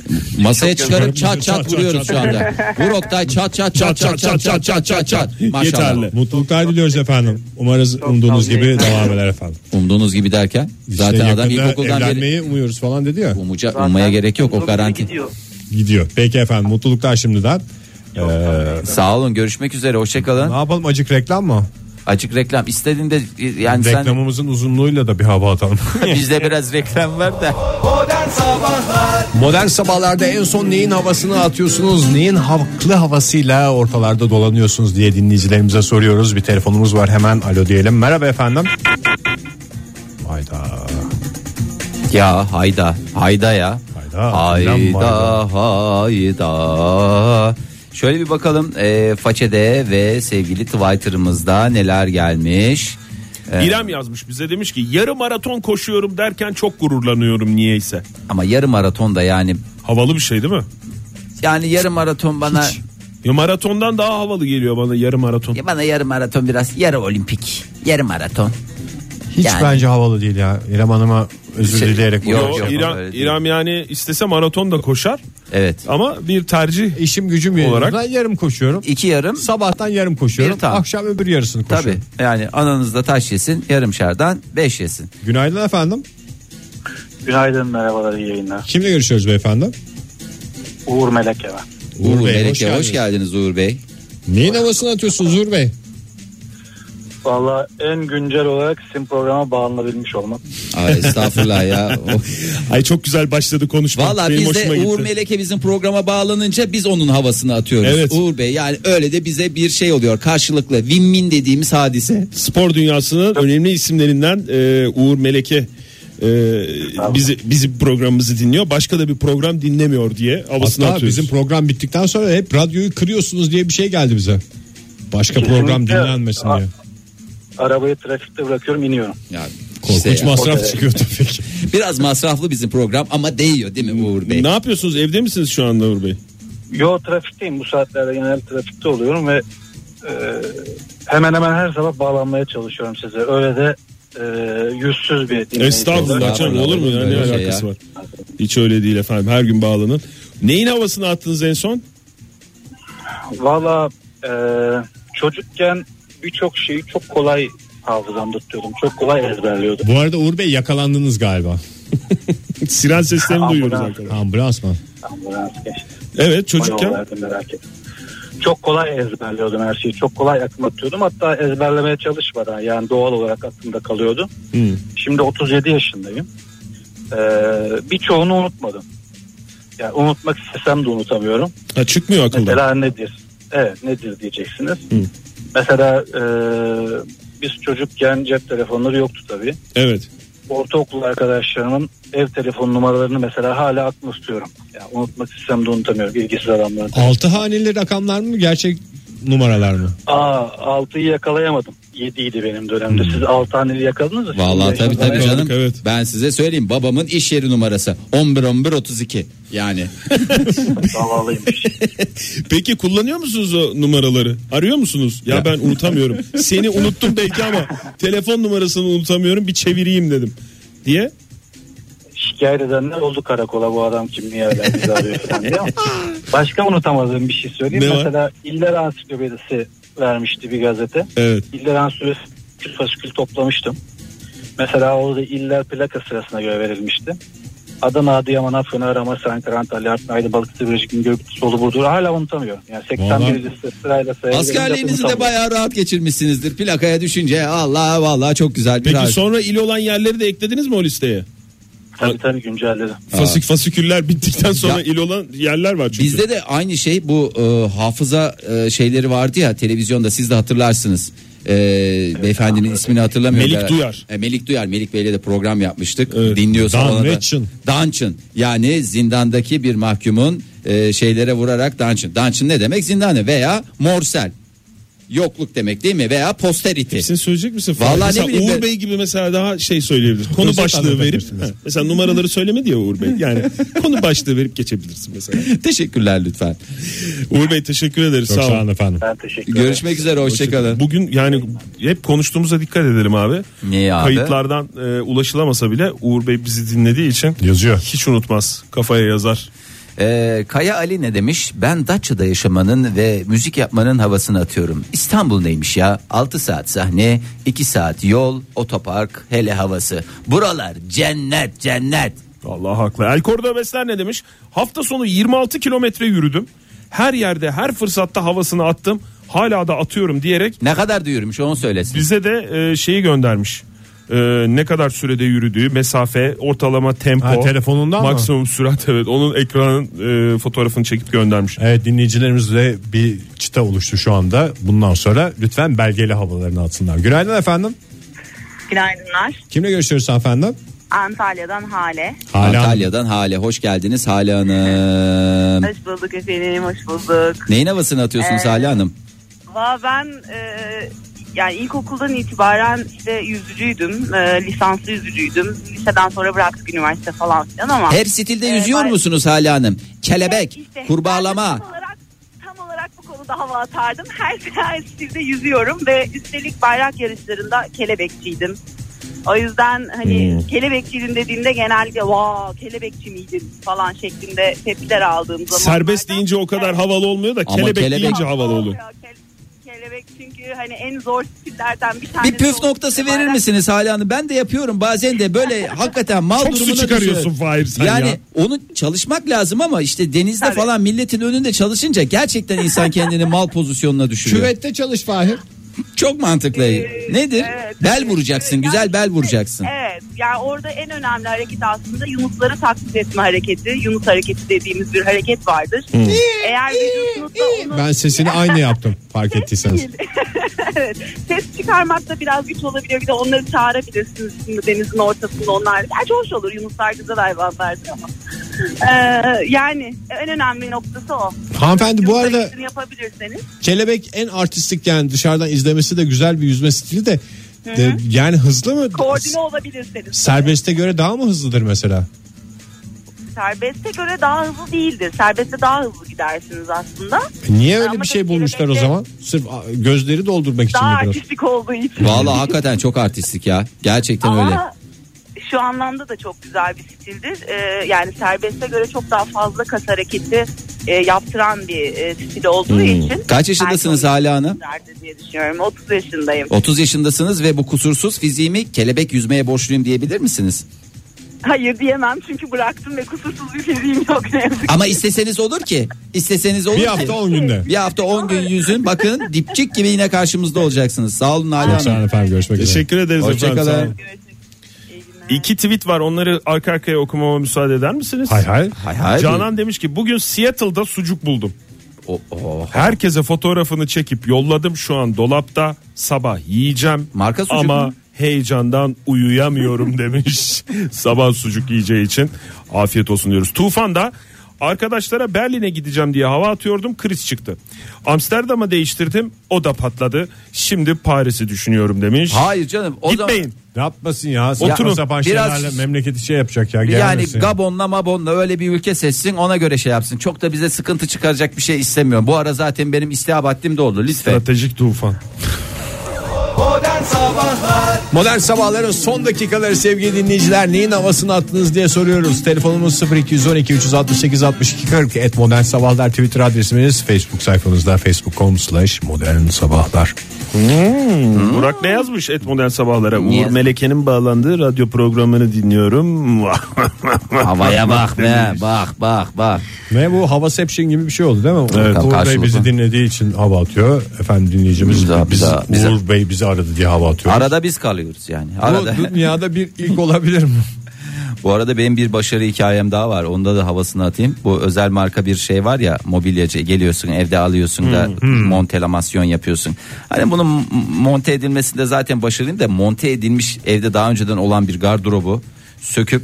Speaker 3: masaya çıkarıp
Speaker 2: güzel.
Speaker 3: çat
Speaker 2: Çat,
Speaker 3: çat
Speaker 2: çat,
Speaker 3: vuruyoruz
Speaker 2: çat.
Speaker 3: şu anda vur Oktay çat çat çat çat çat çat çat çat çat maşallah
Speaker 4: Yeterli.
Speaker 2: Mutluluklar diliyoruz efendim. Umarız
Speaker 9: Çok
Speaker 2: umduğunuz
Speaker 9: sağ olun.
Speaker 2: gibi devam eder efendim.
Speaker 3: umduğunuz gibi derken
Speaker 2: İşte
Speaker 3: zaten adam
Speaker 2: yakında
Speaker 3: ilkokuldan beri
Speaker 2: evlenmeyi umuyoruz falan dedi ya.
Speaker 3: umuca,
Speaker 9: Zaten
Speaker 3: ummaya gerek yok o
Speaker 9: uzun süre
Speaker 3: garanti
Speaker 9: gidiyor.
Speaker 2: Gidiyor. Peki efendim mutluluklar şimdiden. Ee,
Speaker 3: sağ olun görüşmek üzere hoşçakalın
Speaker 2: ne yapalım acık reklam mı?
Speaker 3: açık reklam istediğinde yani sen
Speaker 2: Reklamımızın uzunluğuyla da bir hava atalım.
Speaker 3: bizde biraz reklam var da
Speaker 1: Modern Sabahlar
Speaker 2: Modern sabahlarda en son neyin havasını atıyorsunuz? Neyin haklı havasıyla ortalarda dolanıyorsunuz diye dinleyicilerimize soruyoruz. Bir telefonumuz var hemen alo diyelim. Merhaba efendim. Hayda.
Speaker 3: Ya hayda hayda ya.
Speaker 2: Hayda, lan
Speaker 3: Hayda
Speaker 2: vay
Speaker 3: hayda. Şöyle bir bakalım e, façede ve sevgili Twitter'ımızda neler gelmiş. E,
Speaker 4: İrem yazmış bize demiş ki yarı maraton koşuyorum derken çok gururlanıyorum niyeyse.
Speaker 3: ama yarım maraton da yani
Speaker 4: Havalı bir şey değil mi?
Speaker 3: yani yarım maraton bana
Speaker 4: Ya maratondan daha havalı geliyor bana yarı maraton.
Speaker 3: ya bana yarım maraton biraz yarı olimpik. Yarım maraton.
Speaker 2: Hiç
Speaker 3: Yani.
Speaker 2: bence havalı değil ya. İrem Hanım'a özür
Speaker 3: Şey-
Speaker 2: dileyerek
Speaker 3: Yok,
Speaker 2: konuşuyorum.
Speaker 4: Yo,
Speaker 3: yok,
Speaker 4: İrem,
Speaker 3: öyle değil.
Speaker 4: İrem yani istese maraton da koşar
Speaker 3: Evet.
Speaker 4: ama bir tercih.
Speaker 2: İşim gücüm
Speaker 4: Olarak-
Speaker 2: olarak yarım koşuyorum.
Speaker 3: İki yarım.
Speaker 2: Sabahtan yarım koşuyorum.
Speaker 3: Bir tam.
Speaker 2: Akşam öbür yarısını
Speaker 3: Tabii.
Speaker 2: koşuyorum.
Speaker 3: Yani ananızda taş yesin, yarım şardan beş yesin.
Speaker 2: Günaydın efendim.
Speaker 10: Günaydın merhabalar iyi yayınlar.
Speaker 2: Kimle görüşüyoruz beyefendi?
Speaker 10: Uğur Melek Eva.
Speaker 3: Uğur, Melek Bey, hoş, geldiniz Uğur Bey.
Speaker 2: Neyin havasını atıyorsunuz Uğur Bey?
Speaker 10: Valla en güncel olarak sizin programa bağlanabilmiş olmak.
Speaker 3: Ay estağfurullah ya.
Speaker 4: Ay çok güzel başladı konuşma.
Speaker 3: Valla
Speaker 4: Benim
Speaker 3: biz de
Speaker 4: hoşuma
Speaker 3: Uğur
Speaker 4: gitti.
Speaker 3: Meleke bizim programa bağlanınca biz onun havasını atıyoruz.
Speaker 4: Evet.
Speaker 3: Uğur Bey yani öyle de bize bir şey oluyor karşılıklı win-win dediğimiz hadise.
Speaker 4: spor dünyasının önemli isimlerinden e, Uğur Meleke e, bizi bizi programımızı dinliyor. Başka da bir program dinlemiyor diye havasını
Speaker 2: Hatta
Speaker 4: atıyoruz.
Speaker 2: bizim program bittikten sonra hep radyoyu kırıyorsunuz diye bir şey geldi bize. Başka program
Speaker 10: Kesinlikle.
Speaker 2: dinlenmesin
Speaker 10: A-
Speaker 2: diye.
Speaker 10: Arabayı trafikte bırakıyorum iniyorum.
Speaker 3: Yani
Speaker 2: Korkunç
Speaker 3: İşte-
Speaker 2: masraf çıkıyor tabii ki.
Speaker 3: Biraz masraflı bizim program ama değiyor değil mi Uğur Bey?
Speaker 4: Ne yapıyorsunuz evde misiniz şu anda Uğur Bey?
Speaker 10: Yo trafikteyim bu saatlerde genel trafikte oluyorum ve e, hemen hemen her sabah bağlanmaya çalışıyorum size. Öyle de e, yüzsüz bir dinleyici.
Speaker 4: Estağfurullah canım olur mu? Yani ne
Speaker 3: Böyle şey
Speaker 4: alakası
Speaker 3: ya.
Speaker 4: var? Hiç öyle değil efendim her gün bağlanın. Neyin havasını attınız en son?
Speaker 10: Valla e, çocukken birçok şeyi çok kolay hafızamda tutuyordum. Çok kolay ezberliyordum.
Speaker 6: Bu arada Uğur Bey yakalandınız galiba.
Speaker 4: Siren seslerini duyuyoruz
Speaker 10: Ambulans.
Speaker 4: arkadaşlar.
Speaker 6: Ambulans mı?
Speaker 10: Ambulans geçti.
Speaker 4: Evet çocukken.
Speaker 10: Bayağı merak etme. Çok kolay ezberliyordum her şeyi. Çok kolay aklıma tutuyordum. Hatta ezberlemeye çalışmadan yani doğal olarak aklımda kalıyordu. Şimdi 37 yaşındayım. Ee, birçoğunu unutmadım. Yani unutmak istesem de unutamıyorum.
Speaker 4: Ha, çıkmıyor akıldan.
Speaker 10: Mesela nedir? Evet nedir diyeceksiniz. Mesela e, biz çocukken cep telefonları yoktu tabii.
Speaker 4: Evet.
Speaker 10: Ortaokul arkadaşlarımın ev telefon numaralarını mesela hala aklımda tutuyorum. Yani unutmak istesem de unutamıyorum. İlgisiz adamların.
Speaker 6: Altı haneli rakamlar mı gerçek numaralar mı?
Speaker 10: Aa 6'yı yakalayamadım. 7 idi benim dönemde. Siz 6 haneli yakaladınız mı?
Speaker 3: Hmm. Vallahi
Speaker 10: Şimdi
Speaker 3: tabii tabii
Speaker 10: yaşadığım-
Speaker 3: canım.
Speaker 4: evet.
Speaker 3: Ben size söyleyeyim babamın iş yeri numarası 11 11 32. Yani
Speaker 10: Davalıymış.
Speaker 4: Peki kullanıyor musunuz o numaraları? Arıyor musunuz? Ya, ben unutamıyorum. Seni unuttum belki ama telefon numarasını unutamıyorum bir çevireyim dedim. Diye.
Speaker 10: Şikayet edenler oldu karakola bu adam kim niye öyle bizi arıyor falan diye. ama Başka unutamadığım bir şey söyleyeyim.
Speaker 4: Ne var?
Speaker 10: Mesela İller Ansiklopedisi vermişti bir gazete.
Speaker 4: Evet.
Speaker 10: İller Ansiklopedisi fasikül toplamıştım. Mesela orada iller plaka sırasına göre verilmişti. Adana, Adıyaman, Afyon, Arama, Sankara, Antalya, Artvin, Aydın, Balıkesir, Birecik, Bingöl, Solu, Burdur. Hala unutamıyorum. Yani 81. sırayla sayı.
Speaker 3: askerliğinizi de bayağı rahat geçirmişsinizdir. Plakaya düşünce Allah vallahi çok güzel bir
Speaker 4: Peki
Speaker 3: harf.
Speaker 4: sonra il olan yerleri de eklediniz mi o listeye?
Speaker 10: Tabii tabii güncelledim.
Speaker 4: Fasik fasiküller bittikten sonra il olan yerler var çünkü.
Speaker 3: Bizde de aynı şey bu e, hafıza e, şeyleri vardı ya televizyonda siz de hatırlarsınız. E, beyefendinin ismini hatırlamıyorum.
Speaker 4: Melik
Speaker 3: Galiba.
Speaker 4: Duyar.
Speaker 3: E, Melik Duyar. Melik Bey'le de program yapmıştık.
Speaker 4: Evet.
Speaker 3: Dinliyorsa
Speaker 6: Dan
Speaker 3: ona da-
Speaker 6: Veçin.
Speaker 3: Dançın. Yani zindandaki bir mahkumun e, şeylere vurarak dançın. Dançın ne demek? Zindanı veya morsel. Yokluk demek değil mi? Veya posterity.
Speaker 4: Hepsini söyleyecek misin?
Speaker 3: Vallahi ne
Speaker 4: mesela
Speaker 3: bileyim
Speaker 4: Uğur
Speaker 3: ben-
Speaker 4: Bey gibi mesela daha şey söyleyebilir. Konu
Speaker 6: Özet
Speaker 4: başlığı verip
Speaker 6: anlatabilirsiniz.
Speaker 4: Ha, mesela numaraları söylemedi ya Uğur Bey. Yani konu başlığı verip geçebilirsin mesela.
Speaker 3: Teşekkürler lütfen.
Speaker 4: Uğur Bey teşekkür ederiz.
Speaker 6: Çok
Speaker 4: sağ olun.
Speaker 6: sağ olun efendim.
Speaker 10: Ben teşekkür ederim.
Speaker 3: Görüşmek üzere hoşçakalın.
Speaker 4: Bugün yani hep konuştuğumuza dikkat edelim abi.
Speaker 3: Niye abi?
Speaker 4: Kayıtlardan e, ulaşılamasa bile Uğur Bey bizi dinlediği için
Speaker 6: Yazıyor.
Speaker 4: hiç unutmaz. Kafaya yazar.
Speaker 3: Ee, Kaya Ali ne demiş? Ben Datça'da yaşamanın ve müzik yapmanın havasını atıyorum. İstanbul neymiş ya? 6 saat sahne, 2 saat yol, otopark, hele havası. Buralar cennet cennet.
Speaker 4: Allah haklı. El Cordobesler ne demiş? Hafta sonu 26 kilometre yürüdüm. Her yerde her fırsatta havasını attım. Hala da atıyorum diyerek
Speaker 3: Ne kadar diyorum şu onu söylesin.
Speaker 4: bize de e, şeyi göndermiş. E, ne kadar sürede yürüdüğü, mesafe, ortalama tempo,
Speaker 6: Ha, telefonundan mı?
Speaker 4: maksimum sürat evet. Onun ekranın e, fotoğrafını çekip göndermiş.
Speaker 6: Evet dinleyicilerimizle bir çıta oluştu şu anda. Bundan sonra lütfen belgeli havalarını atsınlar. Günaydın efendim.
Speaker 5: Günaydınlar.
Speaker 6: Kimle görüşüyoruz efendim?
Speaker 5: Antalya'dan Hale.
Speaker 6: Hala.
Speaker 3: Antalya'dan Hale hoş geldiniz Hale Hanım.
Speaker 5: Hoş bulduk efendim, hoş bulduk.
Speaker 3: Neyin havasını atıyorsunuz
Speaker 5: Ee,
Speaker 3: Hale Hanım?
Speaker 5: Valla ben e, yani ilkokuldan itibaren işte yüzücüydüm. E, lisanslı yüzücüydüm. Liseden sonra bıraktık üniversite falan filan ama.
Speaker 3: Her stilde
Speaker 5: e,
Speaker 3: yüzüyor
Speaker 5: bay-
Speaker 3: musunuz Hale Hanım?
Speaker 5: Evet,
Speaker 3: Kelebek,
Speaker 5: işte. Ben de Tam
Speaker 3: kurbağalama.
Speaker 5: olarak, tam olarak bu konuda hava atardım. Her, her stilde yüzüyorum ve üstelik bayrak yarışlarında kelebekçiydim. O yüzden hani
Speaker 3: Hmm.
Speaker 5: kelebekçiydim dediğimde genellikle vaa kelebekçi miydin falan şeklinde tepkiler aldığım zaman.
Speaker 4: Serbest deyince o kadar havalı olmuyor da
Speaker 3: Ama
Speaker 4: kelebek,
Speaker 3: kelebek-
Speaker 4: deyince havalı oluyor.
Speaker 5: Kelebek çünkü hani en zor stillerden bir tanesi.
Speaker 3: Bir püf
Speaker 5: olduğu
Speaker 3: noktası
Speaker 5: için
Speaker 3: verir
Speaker 5: bayrak-
Speaker 3: misiniz Hale Hanım? Ben de yapıyorum bazen de böyle hakikaten mal
Speaker 4: Çok su
Speaker 3: durumuna
Speaker 4: çıkarıyorsun
Speaker 3: düşüyorum.
Speaker 4: Fahir sen
Speaker 3: yani
Speaker 4: ya.
Speaker 3: onu çalışmak lazım ama işte denizde
Speaker 5: Tabii.
Speaker 3: falan milletin önünde çalışınca gerçekten insan kendini mal pozisyonuna düşürüyor.
Speaker 6: Küvette çalış Fahir.
Speaker 3: Çok mantıklı.
Speaker 5: Ee,
Speaker 3: Nedir?
Speaker 5: evet.
Speaker 3: bel vuracaksın.
Speaker 5: Evet,
Speaker 3: güzel
Speaker 5: yani
Speaker 3: bel
Speaker 5: işte-
Speaker 3: vuracaksın.
Speaker 5: Evet. Yani orada en önemli hareket aslında yunusları taklit etme hareketi. Yunus hareketi dediğimiz bir hareket vardır. Eğer vücudunuzda onu...
Speaker 6: Ben sesini aynı yaptım fark ettiyseniz.
Speaker 5: Evet. Ses çıkarmak da biraz güç olabiliyor. Bir de onları çağırabilirsiniz şimdi denizin ortasında onlar. Gerçi hoş olur. Yunuslar güzel hayvanlardır ama. Ee, yani en önemli noktası o.
Speaker 6: Hanımefendi bu
Speaker 5: Yunus
Speaker 6: arada
Speaker 5: hareketini yapabilirseniz.
Speaker 6: kelebek en artistik yani dışarıdan izlemesi de güzel bir yüzme stili de De- yani hızlı mı?
Speaker 5: Koordine olabilirseniz.
Speaker 6: Serbeste göre daha mı hızlıdır mesela?
Speaker 5: Serbeste göre daha hızlı değildir. Serbeste daha hızlı gidersiniz aslında.
Speaker 6: Niye öyle
Speaker 5: Ama
Speaker 6: bir şey
Speaker 5: tabii
Speaker 6: bulmuşlar o
Speaker 5: gelecekte
Speaker 6: zaman? Sırf a, gözleri doldurmak için mi
Speaker 5: Daha
Speaker 6: biraz?
Speaker 5: artistik olduğu için.
Speaker 3: Vallahi hakikaten çok artistlik ya. Gerçekten öyle.
Speaker 5: Ama şu anlamda da çok güzel bir stildir. Ee, yani serbeste göre çok daha fazla kas hareketi e, yaptıran bir e, stil olduğu
Speaker 3: Hmm.
Speaker 5: için.
Speaker 3: Kaç yaşındasınız
Speaker 5: Ben çok
Speaker 3: hala hanım?
Speaker 5: güzeldir diye düşünüyorum. 30 yaşındayım.
Speaker 3: 30 yaşındasınız ve bu kusursuz fiziğimi kelebek yüzmeye borçluyum diyebilir misiniz?
Speaker 5: Hayır diyemem çünkü bıraktım ve kusursuz bir fiziğim yok ne yazık
Speaker 3: Ama isteseniz olur ki. İsteseniz olur
Speaker 6: Bir
Speaker 3: ki.
Speaker 6: hafta 10 günde.
Speaker 3: Bir hafta 10 gün yüzün. Bakın dipçik gibi yine karşımızda olacaksınız. Sağ olun Hala
Speaker 6: Yoksa
Speaker 3: Hanım.
Speaker 6: efendim görüşmek üzere.
Speaker 4: Teşekkür ederiz efendim.
Speaker 3: Hoşçakalın.
Speaker 4: sağ olun. İki tweet var onları arka arkaya okumama müsaade eder misiniz?
Speaker 6: Hay hay.
Speaker 3: Hay hay.
Speaker 4: Canan demiş ki bugün Seattle'da sucuk buldum.
Speaker 6: Oh,
Speaker 3: O- o-
Speaker 4: Herkese fotoğrafını çekip yolladım şu an dolapta. Sabah yiyeceğim.
Speaker 3: Marka sucuk
Speaker 4: Ama
Speaker 3: mu?
Speaker 4: heyecandan uyuyamıyorum demiş. Sabah sucuk yiyeceği için afiyet olsun diyoruz. Tufan da arkadaşlara Berlin'e gideceğim diye hava atıyordum. Kriz çıktı. Amsterdam'a değiştirdim. O da patladı. Şimdi Paris'i düşünüyorum demiş.
Speaker 3: Hayır canım. O
Speaker 4: Gitmeyin.
Speaker 3: Zaman...
Speaker 6: Ne yapmasın ya? Oturun.
Speaker 3: Oturun.
Speaker 6: Sapan
Speaker 3: Biraz-
Speaker 6: şeylerle memleketi şey yapacak ya.
Speaker 3: Yani
Speaker 6: gelmesin.
Speaker 3: Gabon'la Mabon'la öyle bir ülke seçsin ona göre şey yapsın. Çok da bize sıkıntı çıkaracak bir şey istemiyorum. Bu ara zaten benim istihap haddim de oldu. Lütfen.
Speaker 4: Stratejik tufan.
Speaker 1: Modern Sabahlar
Speaker 2: Modern Sabahların son dakikaları sevgili dinleyiciler neyin havasını attınız diye soruyoruz. Telefonumuz 0212 368 62 40 et Modern Sabahlar Twitter adresimiz Facebook sayfamızda facebook.com slash modern sabahlar.
Speaker 4: Burak ne yazmış et modern sabahlara?
Speaker 3: Ne
Speaker 4: Uğur
Speaker 3: yazmış?
Speaker 4: Meleke'nin bağlandığı radyo programını dinliyorum.
Speaker 3: Havaya bak be. Bak bak bak.
Speaker 6: Ne bu hava seption gibi bir şey oldu değil mi? Evet, Uğur Bey
Speaker 3: karşılıklı.
Speaker 6: bizi dinlediği için hava atıyor. Efendim dinleyicimiz
Speaker 3: Biz daha-
Speaker 6: biz,
Speaker 3: biz daha- biz
Speaker 6: Uğur Bey bizi aradı diye hava atıyor.
Speaker 3: Arada biz kalıyoruz yani. Arada.
Speaker 2: Bu dünyada bir ilk olabilir mi?
Speaker 3: Bu arada benim bir başarı hikayem daha var. Onda da havasını atayım. Bu özel marka bir şey var ya mobilyacı geliyorsun evde alıyorsun da
Speaker 4: Hmm.
Speaker 3: montelamasyon yapıyorsun. Hani bunun m- monte edilmesinde zaten başarılıyım da monte edilmiş evde daha önceden olan bir gardırobu söküp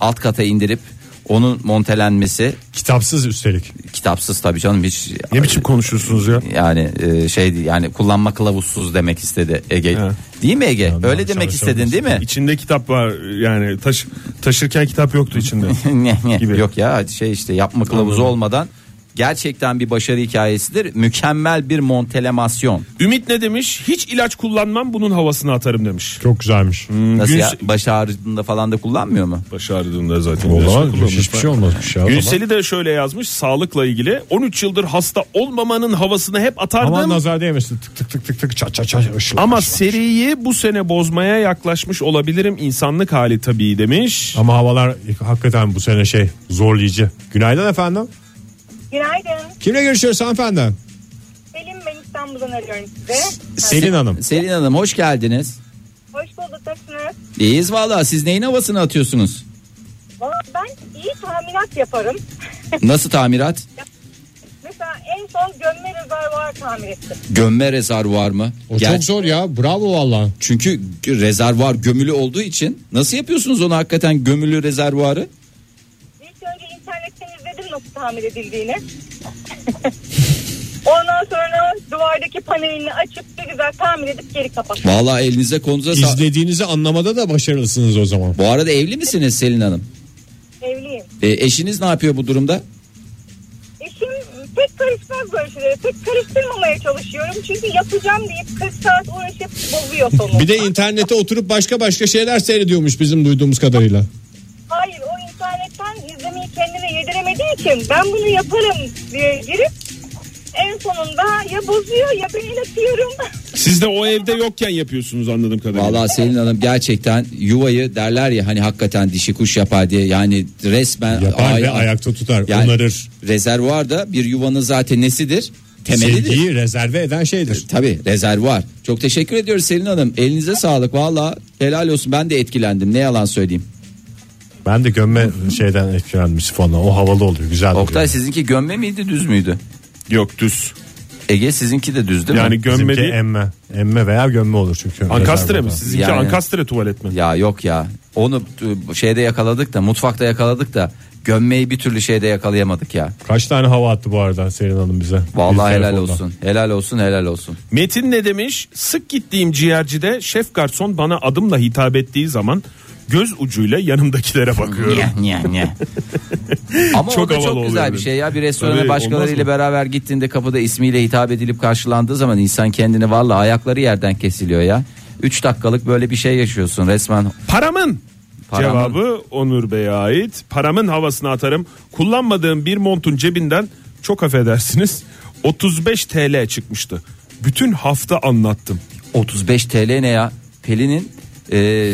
Speaker 3: alt kata indirip onun montelenmesi
Speaker 6: Kitapsız üstelik.
Speaker 3: kitapsız tabii canım hiç
Speaker 4: ne biçim konuşuyorsunuz ya?
Speaker 3: yani e, şey değil, yani kullanma kılavuzsuz demek istedi Ege. Değil mi Ege? Öyle demek istedin değil mi?
Speaker 4: İçinde kitap var yani taş, taşırken kitap yoktu içinde.
Speaker 3: Ne, ne?
Speaker 4: Gibi.
Speaker 3: Yok ya şey işte yapma kılavuzu olmadan gerçekten bir başarı hikayesidir. Mükemmel bir montelemasyon.
Speaker 4: Ümit ne demiş? Hiç ilaç kullanmam bunun havasını atarım demiş.
Speaker 6: Çok güzelmiş.
Speaker 3: Nasıl
Speaker 4: gün-
Speaker 3: ya? Baş ağrısında falan da kullanmıyor mu?
Speaker 4: Baş ağrıdığında zaten.
Speaker 6: O
Speaker 4: ilaç
Speaker 6: zaman
Speaker 4: kullanılmış.
Speaker 6: hiçbir şey olmazmış ya. o zaman.
Speaker 4: Gülsel'i de şöyle yazmış sağlıkla ilgili 13 yıldır hasta olmamanın havasını hep atardım
Speaker 6: Aman
Speaker 4: ama,
Speaker 6: nazar değmesin. Tık tık tık tık tık çat çat çat. ışıl ışıl.
Speaker 4: seriyi bu sene bozmaya yaklaşmış olabilirim insanlık hali tabii demiş.
Speaker 6: Ama havalar hakikaten bu sene şey zorlayıcı. Günaydın efendim.
Speaker 5: Günaydın.
Speaker 6: Kimle görüşüyoruz hanımefendi?
Speaker 5: Selim ben İstanbul'dan arıyorum size.
Speaker 6: Selin Hanım.
Speaker 3: Selin Hanım hoş geldiniz.
Speaker 5: Hoş bulduk nasılsınız?
Speaker 3: İyiyiz valla siz neyin havasını atıyorsunuz?
Speaker 5: Valla ben iyi tahminat yaparım.
Speaker 3: Nasıl tamirat?
Speaker 5: Mesela en son gömme rezervuar tamir ettim.
Speaker 3: Gömme rezervuar mı?
Speaker 6: O
Speaker 3: Ger-
Speaker 6: çok zor ya. Bravo valla.
Speaker 3: Çünkü rezervuar gömülü olduğu için nasıl yapıyorsunuz onu hakikaten gömülü rezervuarı?
Speaker 5: İlk önce internetten izledim nasıl tamir edildiğini. Ondan sonra duvardaki panelini açıp bir güzel tamir edip geri kapattım.
Speaker 3: Valla elinize konuza sa-
Speaker 6: İzlediğinizi anlamada da başarılısınız o zaman.
Speaker 3: Bu arada evli misiniz Selin Hanım?
Speaker 5: Evliyim.
Speaker 3: E, eşiniz ne yapıyor bu durumda?
Speaker 5: Eşim pek karışmaz böyle şeylere. Pek karıştırmamaya çalışıyorum. Çünkü yapacağım deyip 40 saat uğraşıp bozuyor sonu.
Speaker 6: Bir de internete oturup başka başka şeyler seyrediyormuş bizim duyduğumuz kadarıyla.
Speaker 5: Hayır o internetten izlemeyi kendine yediremediği için ben bunu yaparım diye girip en sonunda ya bozuyor ya ben ilatıyorum.
Speaker 4: Siz de o evde yokken yapıyorsunuz anladığım kadarıyla.
Speaker 3: Vallahi Selin Hanım gerçekten yuvayı derler ya hani hakikaten dişi kuş yapar diye yani resmen
Speaker 6: Yapar
Speaker 3: ay-
Speaker 6: ve ayakta tutar.
Speaker 3: yani
Speaker 6: Onarır.
Speaker 3: Rezervuar da bir yuvanın zaten nesidir? Temelidir.
Speaker 6: Sevgiyi rezerve eden şeydir.
Speaker 3: Tabii rezervuar. Çok teşekkür ediyoruz Selin Hanım. Elinize sağlık valla. Helal olsun ben de etkilendim. Ne yalan söyleyeyim.
Speaker 6: Ben de gömme şeyden etkilendim sifonla. O havalı oluyor. Güzel
Speaker 3: Oktay
Speaker 6: oluyor.
Speaker 3: sizinki gömme miydi düz müydü?
Speaker 4: Yok düz.
Speaker 3: Ege sizinki de düz değil
Speaker 4: Yani
Speaker 3: mi?
Speaker 6: Bizimki
Speaker 4: gömme değil.
Speaker 6: emme. Emme veya gömme olur çünkü.
Speaker 4: Ankastre
Speaker 6: Rezerve
Speaker 4: mi?
Speaker 6: falan.
Speaker 4: Sizinki
Speaker 3: Yani-
Speaker 4: Ankastre tuvalet mi?
Speaker 3: Ya yok ya. Onu e, şeyde yakaladık da mutfakta yakaladık da Gömmeyi bir türlü şeyde yakalayamadık ya.
Speaker 2: Kaç tane hava attı bu arada Serin Hanım bize?
Speaker 3: Vallahi
Speaker 2: Biz
Speaker 3: helal
Speaker 2: telefonda.
Speaker 3: olsun. Helal olsun, helal olsun.
Speaker 4: Metin ne demiş? Sık gittiğim ciğercide şef garson bana adımla hitap ettiği zaman göz ucuyla yanımdakilere bakıyorum.
Speaker 3: Nye, nye, nye. Ama
Speaker 4: Çok
Speaker 3: o da
Speaker 4: havalı
Speaker 3: çok
Speaker 4: oluyor
Speaker 3: güzel bir
Speaker 4: dedi.
Speaker 3: şey ya. Bir restorana
Speaker 4: Tabii, olmaz mı?
Speaker 3: başkalarıyla beraber gittiğinde kapıda ismiyle hitap edilip karşılandığı zaman insan kendini valla ayakları yerden kesiliyor ya. 3 dakikalık böyle bir şey yaşıyorsun resmen.
Speaker 4: Paramın.
Speaker 3: Paramın.
Speaker 4: Cevabı Onur Bey'e ait. Paramın havasını atarım. Kullanmadığım bir montun cebinden çok affedersiniz 35 TL çıkmıştı. Bütün hafta anlattım.
Speaker 3: 35 TL ne ya? Pelin'in e,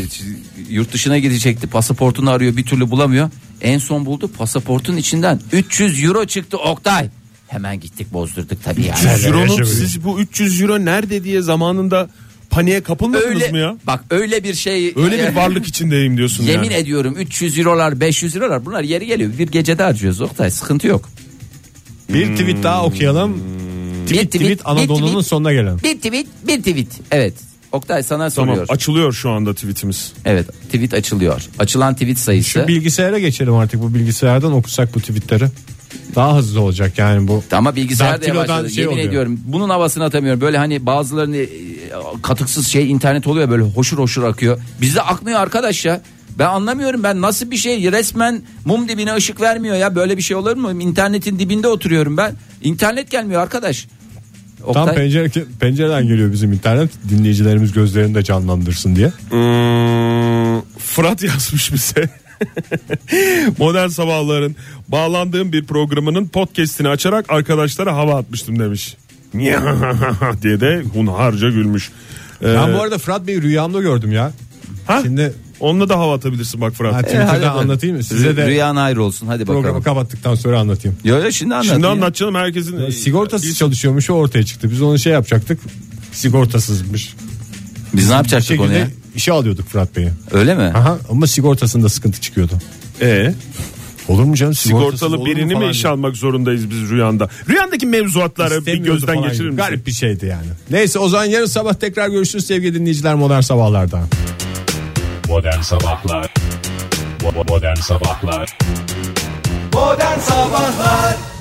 Speaker 3: yurt dışına gidecekti. Pasaportunu arıyor bir türlü bulamıyor. En son buldu pasaportun içinden 300 euro çıktı Oktay. Hemen gittik bozdurduk tabii yani.
Speaker 4: Euro'nun siz bu 300 euro nerede diye zamanında paniğe kapılmadınız
Speaker 3: Öyle,
Speaker 4: mı ya?
Speaker 3: Bak öyle bir şey.
Speaker 4: Öyle bir varlık içindeyim diyorsun
Speaker 3: Yemin
Speaker 4: yani.
Speaker 3: ediyorum 300 eurolar 500 eurolar bunlar yeri geliyor. Bir gecede harcıyoruz Oktay sıkıntı yok.
Speaker 2: Bir tweet daha okuyalım. Tweet tweet,
Speaker 3: tweet, Hmm. bir
Speaker 2: Anadolu'nun
Speaker 3: tweet.
Speaker 2: sonuna gelen.
Speaker 3: Bir tweet bir tweet. Evet Oktay sana
Speaker 4: Tamam
Speaker 3: soruyor.
Speaker 4: açılıyor şu anda tweetimiz.
Speaker 3: evet tweet açılıyor. Açılan tweet
Speaker 2: Şu
Speaker 3: sayısı.
Speaker 2: bilgisayara geçelim artık bu bilgisayardan okusak bu tweetleri. Daha hızlı olacak yani bu.
Speaker 3: Ama bilgisayarda
Speaker 2: Daktilodan
Speaker 3: yavaşladı.
Speaker 2: şey
Speaker 3: Yemin
Speaker 2: oluyor.
Speaker 3: ediyorum bunun havasını atamıyorum. Böyle hani bazılarının e, katıksız şey internet oluyor böyle hoşur hoşur akıyor. Bizde akmıyor arkadaş ya. Ben anlamıyorum ben nasıl bir şey resmen mum dibine ışık vermiyor ya böyle bir şey olur mu? İnternetin dibinde oturuyorum ben. İnternet gelmiyor arkadaş.
Speaker 2: Tam
Speaker 3: Oktay,
Speaker 2: pencere, pencereden geliyor bizim internet dinleyicilerimiz gözlerini de canlandırsın diye.
Speaker 4: Hmm, Fırat yazmış bize. Modern sabahların bağlandığım bir programının podcastini açarak arkadaşlara hava atmıştım demiş. diye de hunharca gülmüş. Ee,
Speaker 2: Ben bu arada Fırat Bey'i rüyamda gördüm ya.
Speaker 4: ha?
Speaker 2: Şimdi
Speaker 4: Onunla da hava atabilirsin bak
Speaker 2: ha,
Speaker 4: Fırat.
Speaker 2: Twitter'da
Speaker 3: hadi bakalım.
Speaker 2: anlatayım mı? Size de
Speaker 3: Ee, Rüyan hayır olsun hadi
Speaker 2: programı
Speaker 3: bakalım.
Speaker 2: kapattıktan sonra anlatayım.
Speaker 3: Yo, yo, şimdi anlat.
Speaker 4: Şimdi
Speaker 3: Ya.
Speaker 4: anlat canım herkesin.
Speaker 2: Sigortasız çalışıyormuş o ortaya çıktı. Biz onu şey yapacaktık. Sigortasızmış.
Speaker 3: Biz ne
Speaker 2: Bir
Speaker 3: yapacaktık onu ya?
Speaker 2: şekilde işe alıyorduk Fırat Bey'i.
Speaker 3: Öyle mi?
Speaker 2: Aha, ama sigortasında sıkıntı çıkıyordu.
Speaker 4: Ee,
Speaker 2: Olur mu canım? Sigortasız
Speaker 4: sigortalı
Speaker 2: olur mu
Speaker 4: birini mi
Speaker 2: falan
Speaker 4: işe
Speaker 2: diye.
Speaker 4: almak zorundayız biz rüyanda? Rüyandaki mevzuatları bir
Speaker 2: İstemiyordu
Speaker 4: gözden
Speaker 2: falan
Speaker 4: geçirir
Speaker 2: gibi.
Speaker 4: misin?
Speaker 2: Garip bir şeydi yani. Neyse o zaman yarın sabah tekrar görüşürüz sevgili dinleyiciler modern sabahlarda.
Speaker 11: Modern Sabahlar Bo- bo- Modern Sabahlar
Speaker 12: Modern Sabahlar